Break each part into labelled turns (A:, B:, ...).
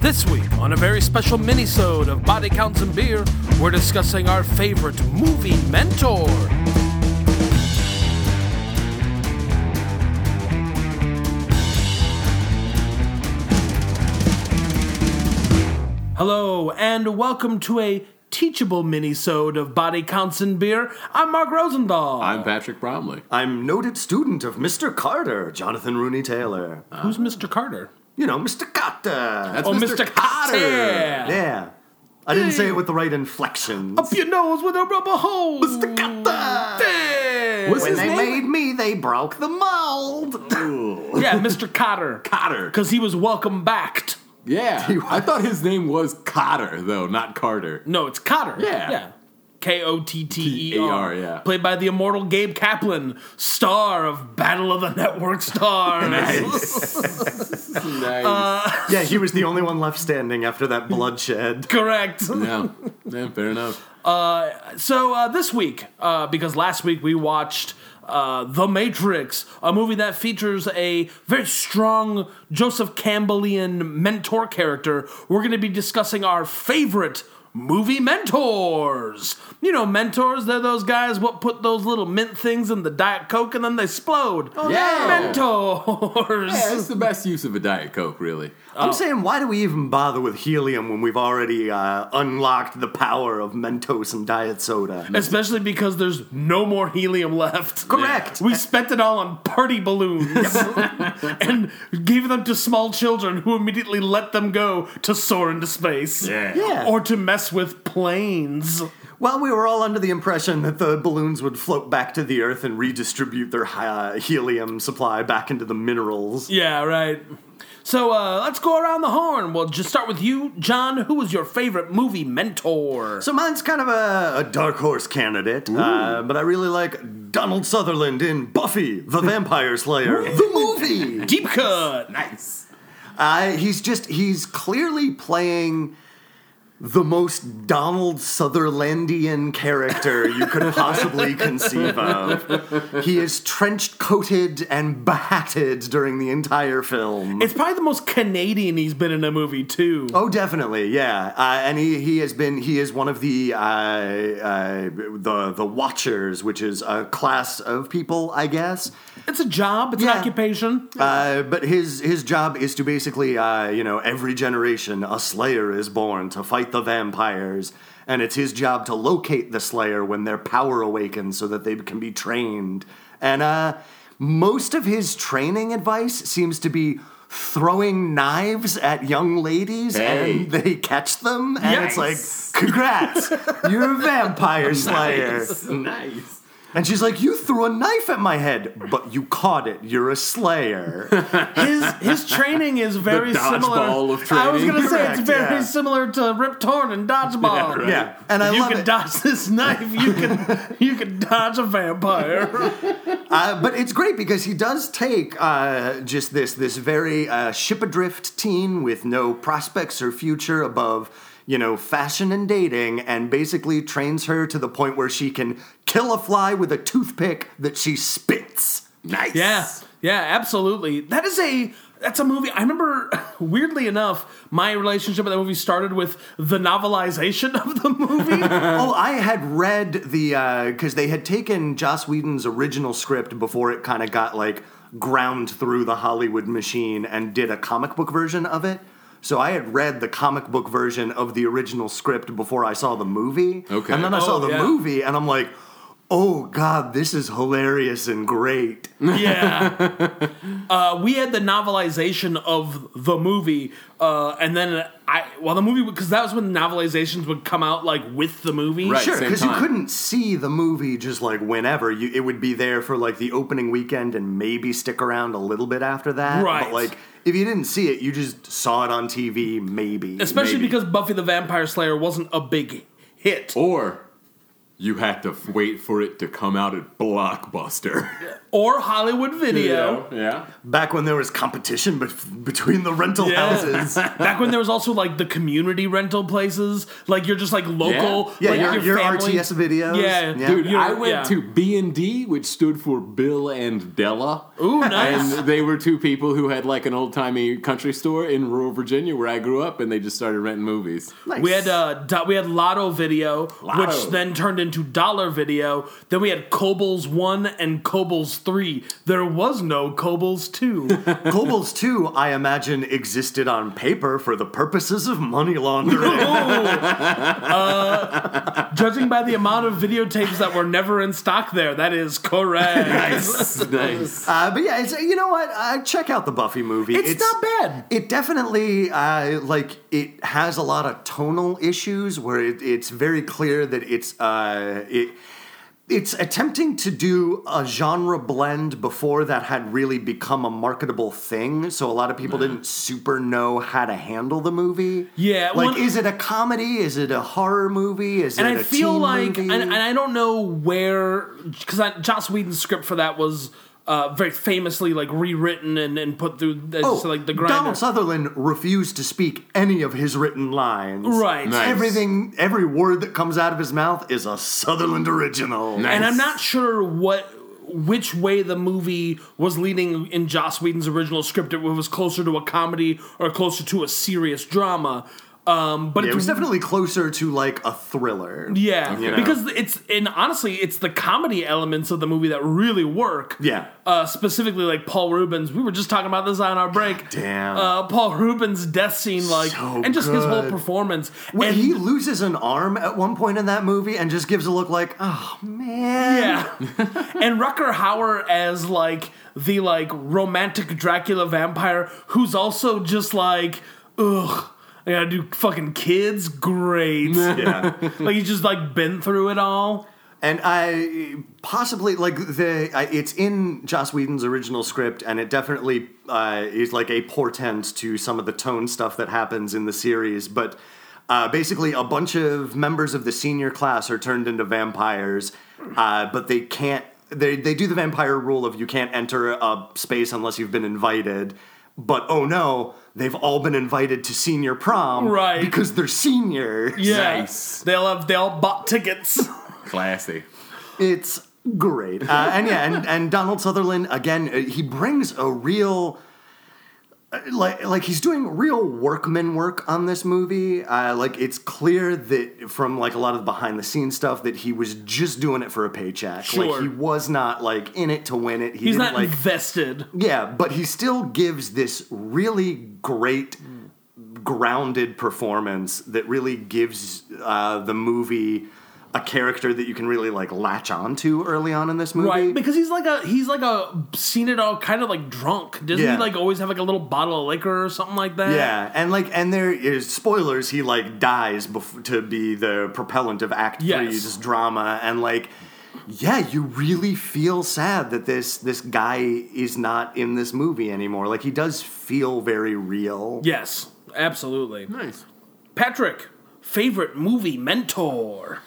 A: This week, on a very special minisode of Body Counts and Beer, we're discussing our favorite movie mentor. Hello, and welcome to a teachable minisode of Body Counts and Beer. I'm Mark Rosendahl.
B: I'm Patrick Bromley.
C: I'm noted student of Mr. Carter, Jonathan Rooney Taylor.
A: Who's Mr. Carter?
C: You know, Mr. Carter.
B: That's
A: Oh, Mr. Carter.
C: yeah. I didn't say it with the right inflections.
A: Up your nose with a rubber hose.
C: Mr. Carter.
A: Damn.
B: What's
C: When
B: his
C: they
B: name?
C: made me, they broke the mold.
A: Yeah, Mr. Cotter.
B: Cotter.
A: Because he was welcome backed.
B: Yeah. I thought his name was Cotter, though, not Carter.
A: No, it's Cotter.
B: Yeah.
A: Yeah. K O T T E R.
B: T A R, yeah.
A: Played by the immortal Gabe Kaplan, star of Battle of the Network Stars.
B: Nice.
C: yeah, he was the only one left standing after that bloodshed.
A: Correct.
B: yeah. yeah, fair enough.
A: So uh, this week, uh, because last week we watched uh, The Matrix, a movie that features a very strong Joseph Campbellian mentor character, we're going to be discussing our favorite movie mentors. You know, mentors, they're those guys what put those little mint things in the Diet Coke and then they explode.
B: Oh, yeah.
A: Mentors.
B: Yeah, it's the best use of a Diet Coke, really.
C: I'm saying, why do we even bother with helium when we've already uh, unlocked the power of Mentos and diet soda?
A: Especially because there's no more helium left.
C: Correct.
A: We spent it all on party balloons and gave them to small children who immediately let them go to soar into space.
C: Yeah.
A: Or to mess with planes.
C: Well, we were all under the impression that the balloons would float back to the Earth and redistribute their uh, helium supply back into the minerals.
A: Yeah, right. So uh, let's go around the horn. We'll just start with you, John. Who was your favorite movie mentor?
C: So mine's kind of a, a dark horse candidate, uh, but I really like Donald Sutherland in Buffy the Vampire Slayer, the movie.
A: Deep cut.
B: Nice.
C: Uh, he's just, he's clearly playing the most Donald Sutherlandian character you could possibly conceive of. He is trench coated and batted during the entire film.
A: It's probably the most Canadian he's been in a movie, too.
C: Oh, definitely, yeah. Uh, and he, he has been he is one of the uh, uh, the the Watchers, which is a class of people, I guess.
A: It's a job, it's
C: Yeah.
A: an occupation.
C: Uh, but his his job is to basically, uh, you know, every generation a Slayer is born to fight the vampires, and it's his job to locate the Slayer when their power awakens, so that they can be trained. And uh, most of his training advice seems to be throwing knives at young ladies,
B: Hey.
C: and they catch them, and
B: Nice.
C: it's like, congrats, you're a vampire Slayer.
B: Nice. nice.
C: And she's like, You threw a knife at my head, but you caught it. You're a slayer.
A: his his training is very similar.
B: dodgeball of
A: I was
B: training.
A: gonna say it's
C: Correct,
A: very
C: yeah.
A: similar to Rip Torn and dodgeball.
B: Yeah, right.
C: Yeah. And I
A: you
C: love
A: can
C: it.
A: dodge this knife. You can you can dodge a vampire.
C: Uh, but it's great because he does take uh, just this this very uh, ship adrift teen with no prospects or future above you know fashion and dating, and basically trains her to the point where she can kill a fly with a toothpick that she spits.
B: Nice.
A: Yeah, yeah, absolutely. That is a that's a movie. I remember, weirdly enough, my relationship with that movie started with the novelization of the movie.
C: Oh, I had read the because they had taken Joss Whedon's original script before it kind of got like ground through the Hollywood machine and did a comic book version of it. So I had read the comic book version of the original script before I saw the movie.
B: Okay.
C: and then I
A: Oh,
C: saw the
A: yeah.
C: movie, and I'm like, oh god, this is hilarious and great.
A: yeah, uh, we had the novelization of the movie, uh, and then I well the movie because that was when novelizations would come out like with the movie.
B: Right.
C: Sure,
B: same
C: because you
B: time.
C: couldn't see the movie just like whenever you, it would be there for like the opening weekend and maybe stick around a little bit after that.
A: Right.
C: But like if you didn't see it, you just saw it on TV. Maybe Oh.
A: Especially
B: Maybe.
A: because Buffy the Vampire Slayer wasn't a big hit.
B: Or you had to f- wait for it to come out at Blockbuster.
A: or Hollywood Video.
B: yeah.
C: Back when there was competition bef between the rental
A: Yeah.
C: houses.
A: Back when there was also like the community rental places, like you're just like local,
C: Yeah,
A: like
C: your- your
A: family-
C: RTS videos.
A: Yeah,
C: Yeah.
B: Dude,
A: You're-
B: I went
A: yeah.
B: to B and D, which stood for Bill and Della.
A: Ooh, nice.
B: And they were two people who had like an old timey country store in rural Virginia where I grew up, and they just started renting movies.
C: Nice.
A: We had uh, do- we had Lotto Video,
B: Lotto.
A: which then turned into Dollar Video. Then we had Kobol's One and Kobol's Three. There was no Kobol's Two.
C: Kobolds 2, I imagine, existed on paper for the purposes of money laundering.
A: Oh. Uh, Judging by the amount of videotapes that were never in stock, there that is correct.
B: nice.
C: Uh, but yeah, it's, you know what? Uh, check out the Buffy movie.
A: It's not bad.
C: It definitely uh, like it has a lot of tonal issues where it, it's very clear that it's uh, it. It's attempting to do a genre blend before that had really become a marketable thing, so a lot of people didn't super know how to handle the movie.
A: Mm-hmm. Yeah,
C: like
A: one-
C: is it a comedy? Is it a horror movie? Is
A: and
C: it
A: I
C: a
A: feel
C: teen
A: like, and,
C: movie?
A: and I don't know where, because Joss Whedon's script for that was uh, very famously like rewritten and, and put through as, like the grinder.
C: Oh, Donald Sutherland refused to speak any of his written lines.
A: Right.
B: Nice.
C: Everything, every word that comes out of his mouth is a Sutherland original.
A: and I'm
B: Nice.
A: not sure what which way the movie was leaning in Joss Whedon's original script. It was closer to a comedy or closer to a serious drama. Um, but
C: It
A: it
C: was definitely closer to like a thriller.
A: yeah,
B: Okay.
A: because it's and honestly, it's the comedy elements of the movie that really work.
C: Yeah.
A: uh, specifically like Paul Rubens. We were just talking about this on our break.
C: damn.
A: uh, Paul Rubens' death scene, like,
C: So
A: and just his whole
C: good.
A: performance.
C: When
A: and
C: he loses an arm at one point in that movie and just gives a look like, oh man.
A: Yeah. and Rucker Hauer as like the like romantic Dracula vampire who's also just like, ugh, I gotta do fucking kids? Great.
C: Yeah.
A: like he's just like been through it all.
C: And I possibly like the I, it's in Joss Whedon's original script, and it definitely uh, is like a portent to some of the tone stuff that happens in the series. But uh, basically, a bunch of members of the senior class are turned into vampires, uh, but they can't. They they do the vampire rule of you can't enter a space unless you've been invited. But oh no, they've all been invited to senior prom,
A: Right.
C: Because they're seniors.
A: Yeah.
B: Nice.
A: They all have they all bought tickets.
B: Classy.
C: It's great. Uh, and yeah, and, and Donald Sutherland again, uh, he brings a real uh, like like he's doing real workman work on this movie. Uh, like it's clear that from like a lot of the behind the scenes stuff that he was just doing it for a paycheck.
A: Sure.
C: Like he was not like in it to win it. He
A: He's
C: didn't
A: not
C: like
A: invested.
C: yeah, but he still gives this really great grounded performance that really gives uh, the movie a character that you can really like latch onto early on in this movie.
A: Right, because he's like a he's like a seen it all kind of like drunk. Doesn't
C: Yeah.
A: he like always have like a little bottle of liquor or something like that?
C: Yeah, and like, and there is spoilers. He like dies bef- to be the propellant of Act
A: Yes.
C: Three's drama, and like, yeah, you really feel sad that this this guy is not in this movie anymore. Like, he does feel very real.
A: Yes, absolutely.
B: Nice.
A: Patrick, favorite movie mentor.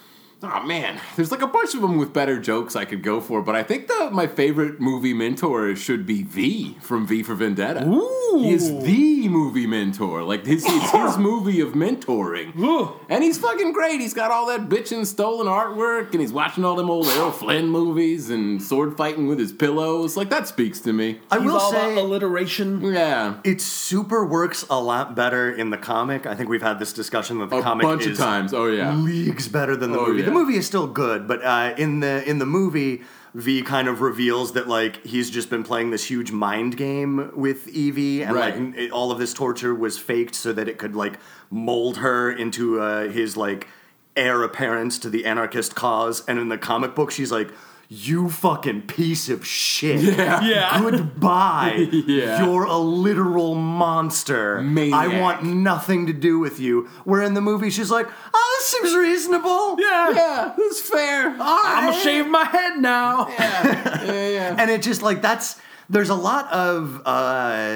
B: Oh man, there's like a bunch of them with better jokes I could go for, but I think the my favorite movie mentor should be V from V for Vendetta.
A: Ooh.
B: He is the movie mentor. Like his it's his movie of mentoring.
A: Ooh.
B: And he's fucking great. He's got all that bitchin' stolen artwork, and he's watching all them old Errol Flynn movies and sword fighting with his pillows. Like that speaks to me.
C: I
A: He's
C: will
A: all
C: say,
A: about alliteration.
B: Yeah.
C: It super works a lot better in the comic. I think we've had this discussion that the
B: A
C: comic
B: bunch
C: is Mm.
B: of times. Oh yeah.
C: leagues better than the
B: Oh,
C: movie. The
B: yeah.
C: movie is still good, but uh, in the in the movie, V kind of reveals that like he's just been playing this huge mind game with Evie, and
B: Right.
C: like n- it- all of this torture was faked so that it could like mold her into uh, his like heir apparent to the anarchist cause. And in the comic book, she's like. You fucking piece of shit.
A: Yeah.
C: Goodbye.
B: Yeah.
C: You're a literal monster. I
B: Maniac.
C: want nothing to do with you. Where in the movie she's like, oh, this seems reasonable.
A: Yeah.
B: Yeah, that's fair.
A: I'm
C: All
A: gonna
C: right."
A: shave my head now.
B: Yeah. Yeah, yeah.
C: And it just like that's there's a lot of uh,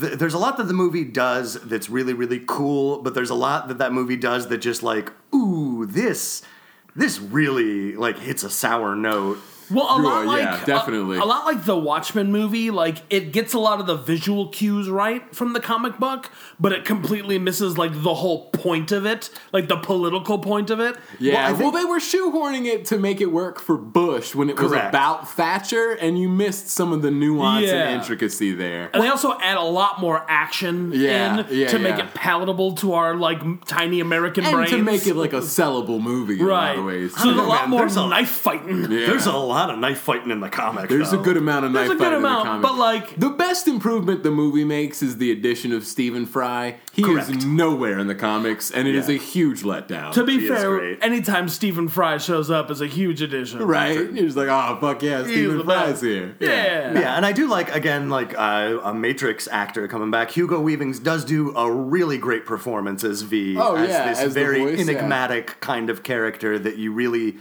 C: th- there's a lot that the movie does that's really really cool, but there's a lot that that movie does that just like ooh this this really like hits a sour note.
A: Well, a lot
B: Sure,
A: like
B: yeah,
A: a-
B: definitely.
A: A, lot like the Watchmen movie, like it gets a lot of the visual cues right from the comic book, but it completely misses like the whole point of it, like the political point of it.
C: Well, I
B: Yeah, well,
C: think-
B: they were shoorhorning it to make it work for Bush when it was
C: Correct.
B: about Thatcher, and you missed some of the nuance
A: Yeah.
B: and intricacy there.
A: And they also add a lot more action
B: Yeah,
A: in
B: yeah,
A: to make
B: yeah.
A: it palatable to our like m- tiny American
B: And
A: brains.
B: to make it like a sellable movie in a
A: right.
B: lot of ways.
A: So there's a
B: too.
A: lot
C: man,
A: more
C: there's a-
A: knife fighting.
B: Yeah.
C: There's a lot of knife fighting in the comic.
B: There's
C: though.
B: a good amount of
A: There's
B: knife
A: a good
B: fighting in the
A: amount,
B: comic.
A: but like
B: the best improvement the movie makes is the addition of Stephen Fry. He
C: Correct.
B: is nowhere in the comics, and it is
C: Yeah.
B: a huge letdown.
A: to be
C: He is
A: fair,
C: great.
A: anytime Stephen Fry shows up is a huge addition.
B: right? You're just like, oh fuck yeah,
A: the
B: Stephen Fry's
A: best.
B: here.
A: Yeah.
C: Yeah, and I do like again like uh, a Matrix actor coming back. Hugo Weavings does do a really great performance as V.
B: Oh,
C: as
B: yeah,
C: this
B: as the
C: very
B: voice, yeah.
C: enigmatic kind of character that you really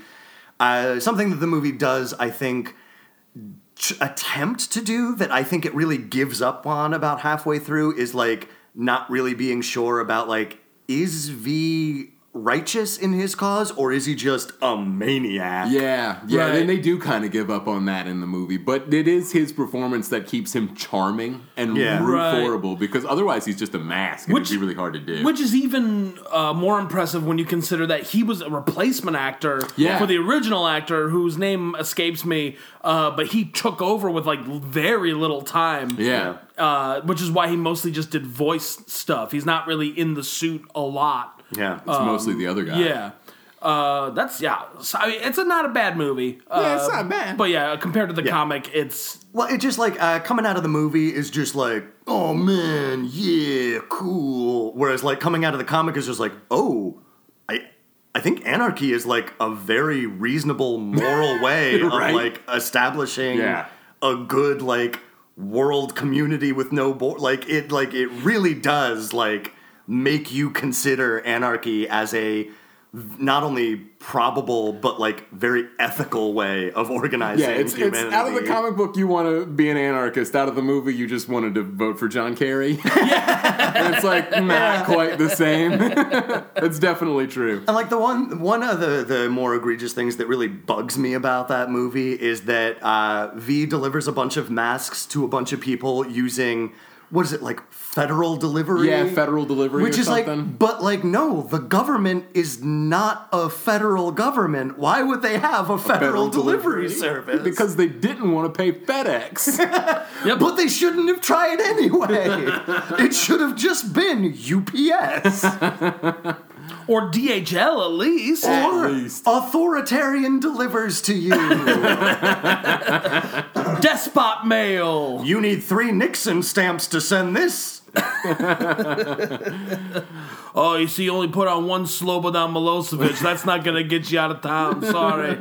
C: uh, something that the movie does. I think t- attempt to do that. I think it really gives up on about halfway through is like not really being sure about like is V righteous in his cause or is he just a maniac?
B: Yeah, yeah.
A: Right.
B: Then they do kind of give up on that in the movie, but it is his performance that keeps him charming and
C: Yeah.
A: Right.
B: horrible because otherwise he's just a mask. and
A: Which-
B: it'd be really hard to do.
A: Which is even uh, more impressive when you consider that he was a replacement actor
B: Yeah.
A: for the original actor whose name escapes me, uh, but he took over with like very little time.
B: yeah.
A: Uh, which is why he mostly just did voice stuff. He's not really in the suit a lot.
C: yeah.
B: it's mostly the other guy.
A: Yeah. Uh, that's yeah. So, I mean, it's a, not a bad movie. Uh,
B: Yeah, it's not bad.
A: But yeah, compared to the comic, it's
C: Well, it just like uh, coming out of the movie is just like, oh man, yeah, cool. Whereas like coming out of the comic is just like, oh, I, I think anarchy is like a very reasonable moral way
B: Right.
C: of like establishing
B: Yeah.
C: a good like world community with no bor Like it, like it really does like make you consider anarchy as a not only probable but like very ethical way of organizing
B: Yeah, it's, it's
C: humanity.
B: out of the comic book. You want to be an anarchist. Out of the movie, you just wanted to vote for John Kerry. and it's like not quite the same. That's definitely true.
C: And like the one one of the, the more egregious things that really bugs me about that movie is that uh, V delivers a bunch of masks to a bunch of people using what is it like federal delivery?
B: Yeah, federal delivery,
C: Which
B: or
C: is
B: something.
C: like, but like, no, the government is not a federal government. Why would they have a federal, delivery, service?
B: because they didn't want to pay FedEx.
C: but they shouldn't have tried anyway. it should have just been UPS.
A: or DHL at least.
C: or
B: least.
C: authoritarian delivers to you.
A: Despot mail.
C: you need three Nixon stamps to send this.
A: Oh, you see, you only put on one Slobodan Milosevic. That's not going to get you out of town. Sorry.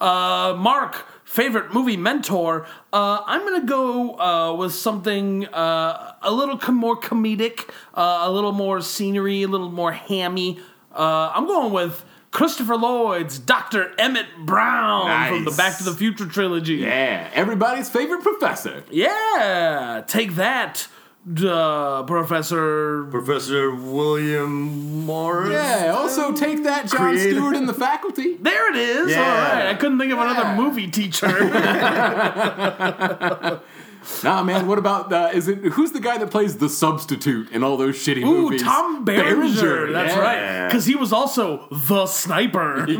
A: Uh, Mark, favorite movie mentor. Uh, I'm going to go uh, with something uh, a little com- more comedic, uh, a little more scenery, a little more hammy. Uh, I'm going with Christopher Lloyd's Dr. Emmett Brown from the
B: Nice.
A: Back to the Future trilogy.
B: yeah, everybody's favorite professor.
A: Yeah, take that, uh, Professor.
C: Professor William Morris.
B: Yeah,
A: Um,
B: also take that, John
C: Creative-
B: Stewart in the faculty.
A: There it is.
C: Yeah.
A: All right. I couldn't think of
B: Yeah.
A: another movie teacher.
B: Nah, man, what about uh, is it? Who's the guy that plays the substitute in all those shitty
A: Ooh,
B: movies?
A: Tom Berenger. That's
B: yeah.
A: right. Because he was also the sniper.
B: he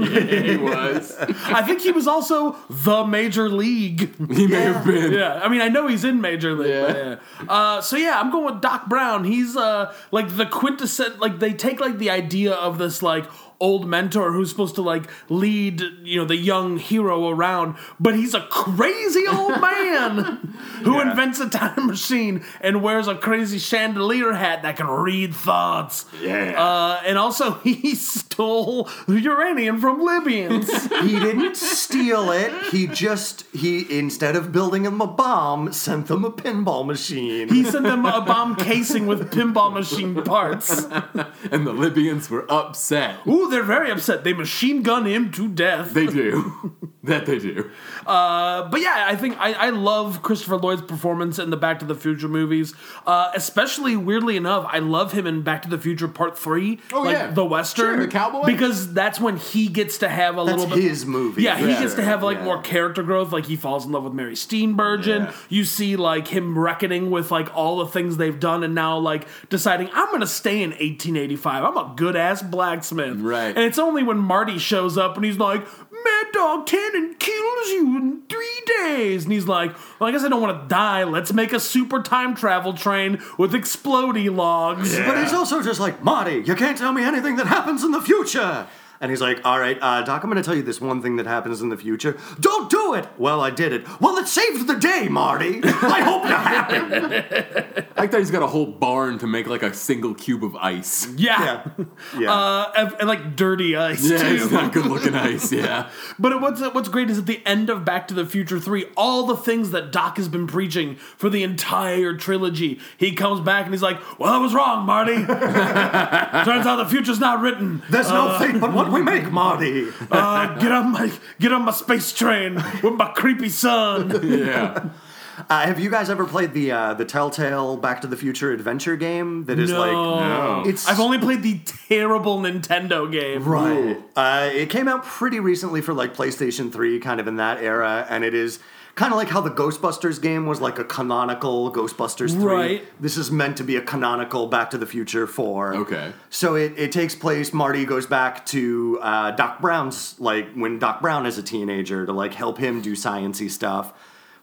B: was.
A: I think he was also the major league.
B: He may have been.
A: Yeah, I mean, I know he's in Major League. but
B: Yeah.
A: yeah. Uh, so yeah, I'm going with Doc Brown. He's uh, like the quintessent. Like they take like the idea of this like old mentor who's supposed to like lead you know the young hero around, but he's a crazy old man who invents a time machine and wears a crazy chandelier hat that can read thoughts.
B: Yeah.
A: Uh, and also he stole uranium from Libyans.
C: He didn't steal it. He just he instead of building them a bomb, sent them a pinball machine.
A: He sent them a bomb casing with pinball machine parts.
B: And the Libyans were upset.
A: Ooh, they're very upset. They machine gun him to death.
B: They do. That they do.
A: Uh, but yeah, I think I, I love Christopher Lloyd's performance in the Back to the Future movies. Uh, especially weirdly enough, I love him in Back to the Future Part Three,
B: Oh,
A: like
B: yeah.
A: the Western,
B: Sure, the cowboy.
A: because that's when he gets to have a
C: That's
A: little bit.
C: his movie.
A: Yeah, he
B: Yeah.
A: gets to have like
C: Yeah.
A: more character growth. Like he falls in love with Mary Steenburgen.
B: Yeah.
A: You see like him reckoning with like all the things they've done, and now like deciding I'm gonna stay in 1885. I'm a good ass blacksmith.
B: Right.
A: And it's only when Marty shows up and he's like, Mad Dog Cannon kills you in three days, and he's like, Well, I guess I don't want to die. Let's make a super time travel train with explodey logs.
C: But he's also just like, Marty, you can't tell me anything that happens in the future. And he's like, all right, uh, Doc, I'm going to tell you this one thing that happens in the future. Don't do it. Well, I did it. Well, it saved the day, Marty. I hope it happened.
B: I like that he's got a whole barn to make like a single cube of ice.
A: Yeah.
C: Yeah.
A: Uh, and, and, like dirty ice
B: Yeah,
A: too.
B: it's not good looking ice. Yeah,
A: But it- what's what's great is at the end of Back to the Future Three, all the things that Doc has been preaching for the entire trilogy, he comes back and he's like, "Well, I was wrong, Marty. Turns out the future's not written.
C: There's no fate but what we make, Marty.
A: Uh, get on my get on my space train with my creepy son."
B: yeah.
C: Uh, have you guys ever played the uh, the Telltale Back to the Future adventure game? That is
A: No.
C: like
B: No.
C: it's
A: I've only played the terrible Nintendo game.
C: Right. Uh, it came out pretty recently for like PlayStation 3, kind of in that era, and it is kind of like how the Ghostbusters game was like a canonical Ghostbusters 3.
A: Right.
C: This is meant to be a canonical Back to the Future 4.
B: Okay.
C: So it, it takes place, Marty goes back to uh, Doc Brown's, like when Doc Brown is a teenager, to like help him do sciency stuff.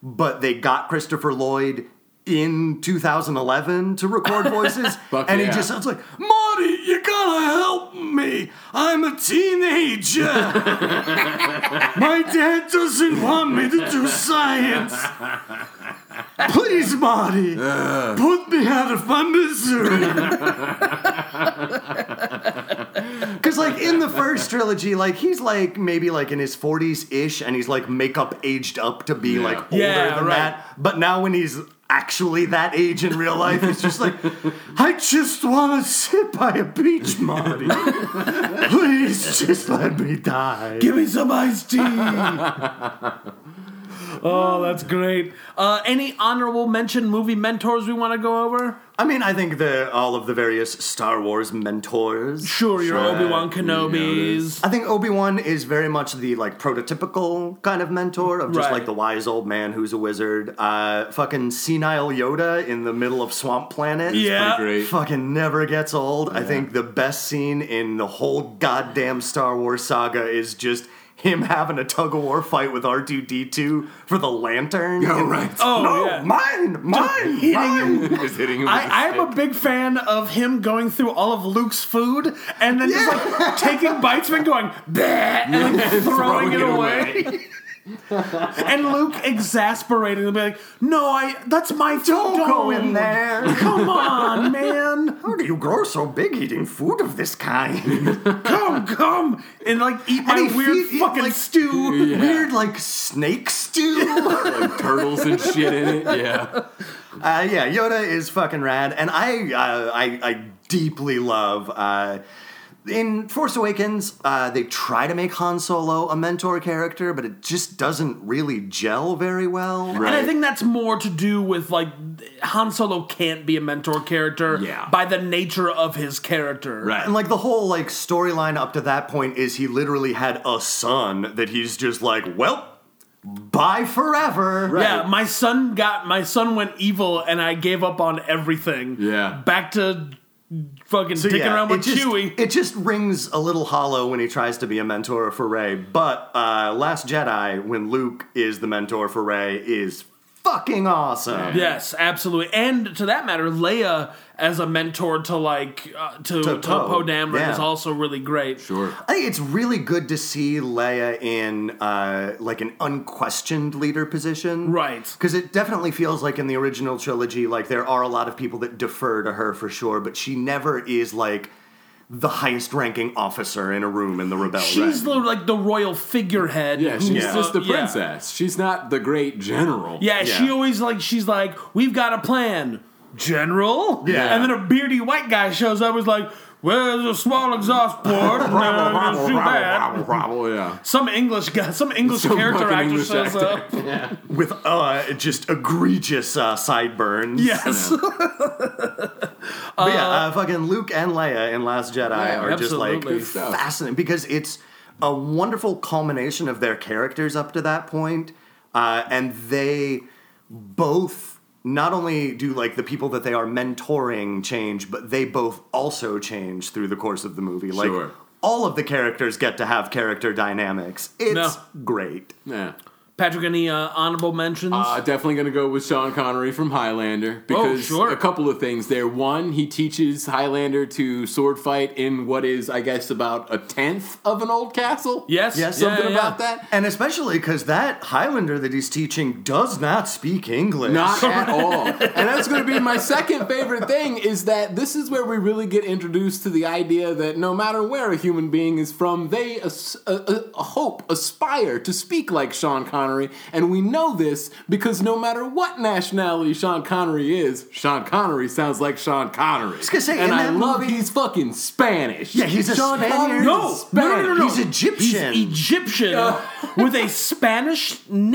C: But they got Christopher Lloyd in 2011 to record voices,
B: Fuck
C: and he
B: yeah.
C: just sounds like Marty. You gotta help me. I'm a teenager. My dad doesn't want me to do science. Please, Marty, put me out of my misery. Because, like, in the first trilogy, like, he's like maybe like in his 40s ish, and he's like makeup aged up to be
B: Yeah.
C: like older
A: Yeah,
C: than
A: right.
C: that. But now, when he's actually that age in real life, it's just like, I just want to sit by a beach, Marty. Please just let me die.
A: Give me some iced tea. oh, that's great. Uh, any honorable mention movie mentors we want to go over?
C: I mean, I think the all of the various Star Wars mentors.
A: Sure, your
B: Sure.
A: Obi Wan Kenobis.
C: I think Obi Wan is very much the like prototypical kind of mentor of just
A: Right.
C: like the wise old man who's a wizard. Uh, fucking senile Yoda in the middle of Swamp Planet.
A: Yeah.
B: Pretty great.
C: Fucking never gets old. I think the best scene in the whole goddamn Star Wars saga is just him having a tug of war fight with R two D two for the lantern.
B: Oh right.
A: Oh,
C: no,
A: yeah.
C: mine, mine,
A: hitting
C: mine.
B: Just hitting him. With a
A: I, I am
B: stick.
A: a big fan of him going through all of Luke's food and then just like taking bites of it and going, "Bleh," and like, throwing, it away. and Luke exasperated and be like, no, I that's my food.
C: Don't go in there.
A: Come on, man.
C: How do you grow so big eating food of this kind?
A: Come, come. And like eat my
C: And he
A: weird
C: feed- he,
A: fucking
C: like-
A: stew.
B: Yeah.
C: Weird, like snake stew.
B: like turtles and shit in it. Yeah.
C: Uh, yeah, Yoda is fucking rad, and I uh, I, I deeply love. Uh, in Force Awakens, uh, they try to make Han Solo a mentor character, but it just doesn't really gel very well.
A: And I think that's more to do with like Han Solo can't be a mentor character
B: Yeah.
A: by the nature of his character.
B: Right.
C: And like the whole like storyline up to that point is he literally had a son that he's just like, well, bye forever.
A: Yeah, my son got my son went evil, and I gave up on everything.
B: Yeah.
A: back to fucking
C: So,
A: dicking
C: yeah,
A: around
C: it
A: with
C: just,
A: Chewie.
C: It just rings a little hollow when he tries to be a mentor for Ray. But uh, Last Jedi, when Luke is the mentor for Ray, is fucking awesome.
A: yes, absolutely. And to that matter, Leia as a mentor to like uh, to to,
C: Poe,
A: Poe Dameron
C: yeah.
A: is also really great.
B: Sure.
C: I think it's really good to see Leia in uh, like an unquestioned leader position,
A: Right.
C: Because it definitely feels like in the original trilogy, like there are a lot of people that defer to her for sure, but she never is like the highest-ranking officer in a room in the rebellion.
A: She's the, like the royal figurehead.
B: Yeah. She's
A: who's,
B: just
A: uh,
B: the princess. She's not the great general.
A: Yeah, she
C: Yeah.
A: always like she's like, we've got a plan, General.
B: Yeah.
A: and then a beardy white guy shows up. and Is like, Well, there's a small exhaust port. and, uh, just do that.
B: yeah.
A: Some English guy, some English
B: Some
A: character
B: fucking
A: actor
B: English
A: shows
B: actor.
A: up.
C: with uh, just egregious uh, sideburns.
A: Yes.
C: But yeah, uh, fucking Luke and Leia in Last Jedi
B: Yeah,
C: are
A: absolutely.
C: just
B: Good
C: like
B: stuff.
C: fascinating because it's a wonderful culmination of their characters up to that point, uh, and they both not only do like the people that they are mentoring change, but they both also change through the course of the movie. Like
B: Sure.
C: all of the characters get to have character dynamics. It's
A: No.
C: great.
B: Yeah.
A: Patrick, any uh, honorable mentions?
B: Uh, definitely going to go with Sean Connery from Highlander because
A: Oh, sure.
B: a couple of things there. One, he teaches Highlander to sword fight in what is, I guess, about a tenth of an old castle.
A: yes.
C: yes,
A: Yeah,
B: something
A: yeah.
B: about that.
C: And especially because that Highlander that he's teaching does not speak English.
B: Not at all. And that's going to be my second favorite thing is that this is where we really get introduced to the idea that no matter where a human being is from, they as- uh, uh, hope, aspire to speak like Sean Connery. And we know this because no matter what nationality Sean Connery is, Sean Connery sounds like Sean Connery.
C: gonna say,
B: and
C: in
B: I
C: that
B: love
C: movie-
B: he's fucking Spanish.
C: Yeah, he's a
B: Sean
C: Spaniard.
B: Connery is
A: No, no, no, no, no.
C: He's Egyptian.
A: He's Egyptian with a Spanish name,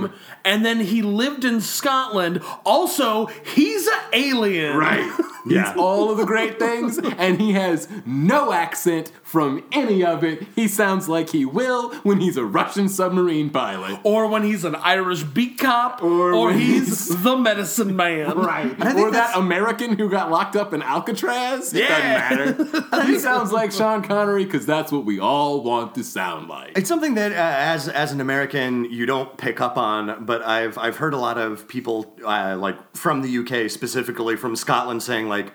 B: Name.
A: and then he lived in Scotland. Also, he's an alien.
B: Right. He's all of the great things, and he has no accent from any of it. He sounds like he will when he's a Russian submarine pilot.
A: Or when he's an Irish beat cop, or,
B: Or when
A: he's the medicine man.
B: Right.
C: I think
B: Or that
C: that's-
B: American who got locked up in Alcatraz.
A: Yeah.
B: It doesn't matter. he sounds like Sean Connery because that's what we all want to sound like.
C: It's something that, uh, as as an American, you don't pick up on, but I've I've heard a lot of people uh, like from the UK, specifically from Scotland, saying like,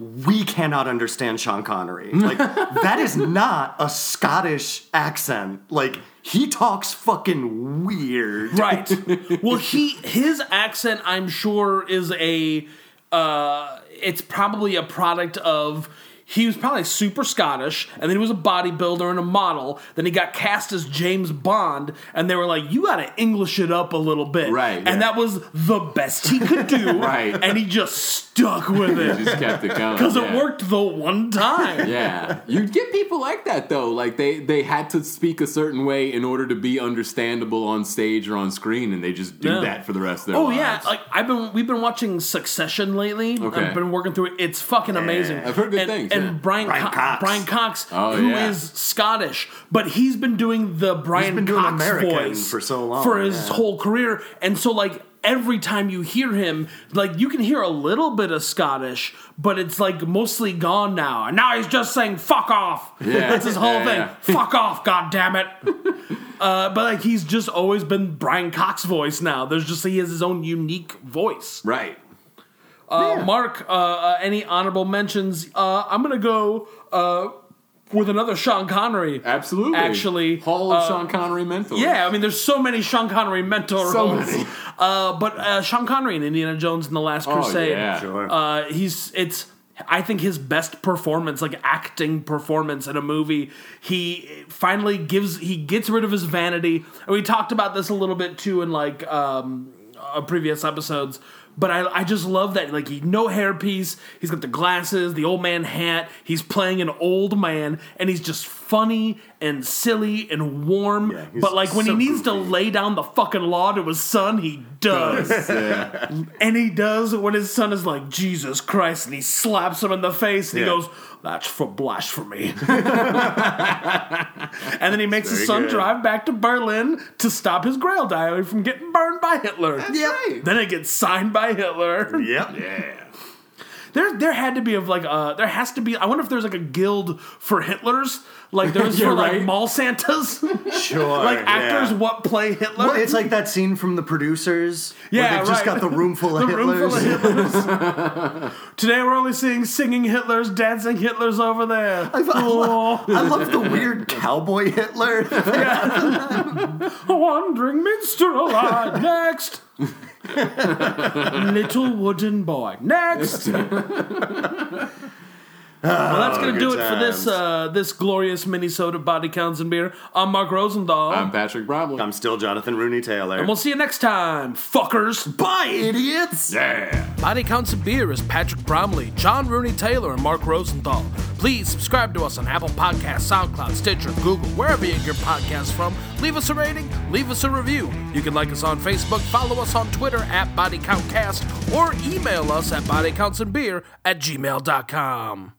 C: "We cannot understand Sean Connery. Like that is not a Scottish accent. Like he talks fucking weird.
A: Right. well, he his accent, I'm sure, is a. Uh, it's probably a product of. He was probably super Scottish, and then he was a bodybuilder and a model. Then he got cast as James Bond, and they were like, "You got to English it up a little bit."
B: Right,
A: And
B: yeah.
A: that was the best he could do.
B: Right.
A: And he just stuck with
B: He
A: it
B: just kept it going.
A: because it
B: yeah.
A: worked the one time.
B: Yeah, you get people like that though. Like they they had to speak a certain way in order to be understandable on stage or on screen, and they just do
A: Yeah.
B: that for the rest of their
A: Oh
B: lives.
A: yeah, like I've been we've been watching Succession lately.
B: Okay.
A: I've been working through it. It's fucking amazing.
B: I've heard good
A: and,
B: things,
A: And
B: yeah.
A: Brian
C: Brian
A: Co-
C: Cox.
A: Brian Cox, who
B: Oh,
A: is
B: yeah.
A: Scottish, but he's been doing the Brian
C: been doing
A: Cox
C: American
A: voice
C: for so long,
A: for his
C: yeah.
A: whole career, and so like every time you hear him, like you can hear a little bit of Scottish, but it's like mostly gone now. And now he's just saying "fuck off."
B: Yeah.
A: that's his whole
B: Yeah,
A: thing.
B: yeah.
A: Fuck off, god damn it. Uh, but like he's just always been Brian Cox voice now. There's just he has his own unique voice.
B: right.
A: Uh, Mark, uh, uh, any honorable mentions? Uh, I'm gonna go uh, with another Sean Connery.
B: Absolutely.
A: Actually,
B: Hall of
A: uh,
B: Sean Connery mentors.
A: Yeah, I mean, there's so many Sean Connery mentor
B: So
A: roles.
B: many.
A: Uh, but uh, Sean Connery in Indiana Jones and the Last
B: Oh,
A: Crusade.
B: yeah.
C: Sure.
A: Uh, he's it's I think his best performance, like acting performance in a movie. He finally gives he gets rid of his vanity. And we talked about this a little bit too in like um, uh, previous episodes. But I, I just love that like he no hairpiece. He's got the glasses, the old man hat. He's playing an old man, and he's just funny and silly and warm.
C: Yeah, he's
A: but like when
C: so
A: he needs to
C: goofy.
A: lay down the fucking law to his son, he does.
B: Yeah.
A: And he does when his son is like, Jesus Christ, and he slaps him in the face and
C: Yeah.
A: he goes, That's for blasphemy. and then he makes his
C: very
A: son
C: good.
A: drive back to Berlin to stop his grail diary from getting burned by Hitler.
C: Yep.
A: Then it gets signed by Hitler.
C: Yep.
B: Yeah.
A: There, there had to be of like uh there has to be. I wonder if there's like a guild for Hitlers, like there's
B: Yeah,
A: for like
B: right.
A: mall Santas,
C: Sure.
A: like
C: yeah.
A: actors what play Hitler.
C: Well, it's like that scene from the producers. where
A: Yeah,
C: they've just
A: right.
C: got the room full of
A: The room full
C: Hitlers.
A: of Hitlers. Today we're only seeing singing Hitlers, dancing Hitlers over there.
C: I, lo-
A: Oh,
C: I love the weird cowboy Hitler.
A: wandering minstrel alive. Next. Little wooden boy. Next. well, that's going to
C: Ah, good
A: do it for this
C: times.
A: uh, this glorious Minnesota body counts and beer. I'm Mark Rosendahl,
B: I'm Patrick Bromley.
C: I'm still Jonathan Rooney Taylor.
A: and we'll see you next time, fuckers.
C: Bye, idiots!
B: yeah.
A: Body Counts of Beer is Patrick Bromley, John Rooney Taylor, and Mark Rosenthal. Please subscribe to us on Apple Podcasts, SoundCloud, Stitcher, Google, wherever you get your podcasts from. Leave us a rating, leave us a review. You can like us on Facebook, follow us on Twitter at BodyCountCast, or email us at bodycountsandbeer at gmail.com.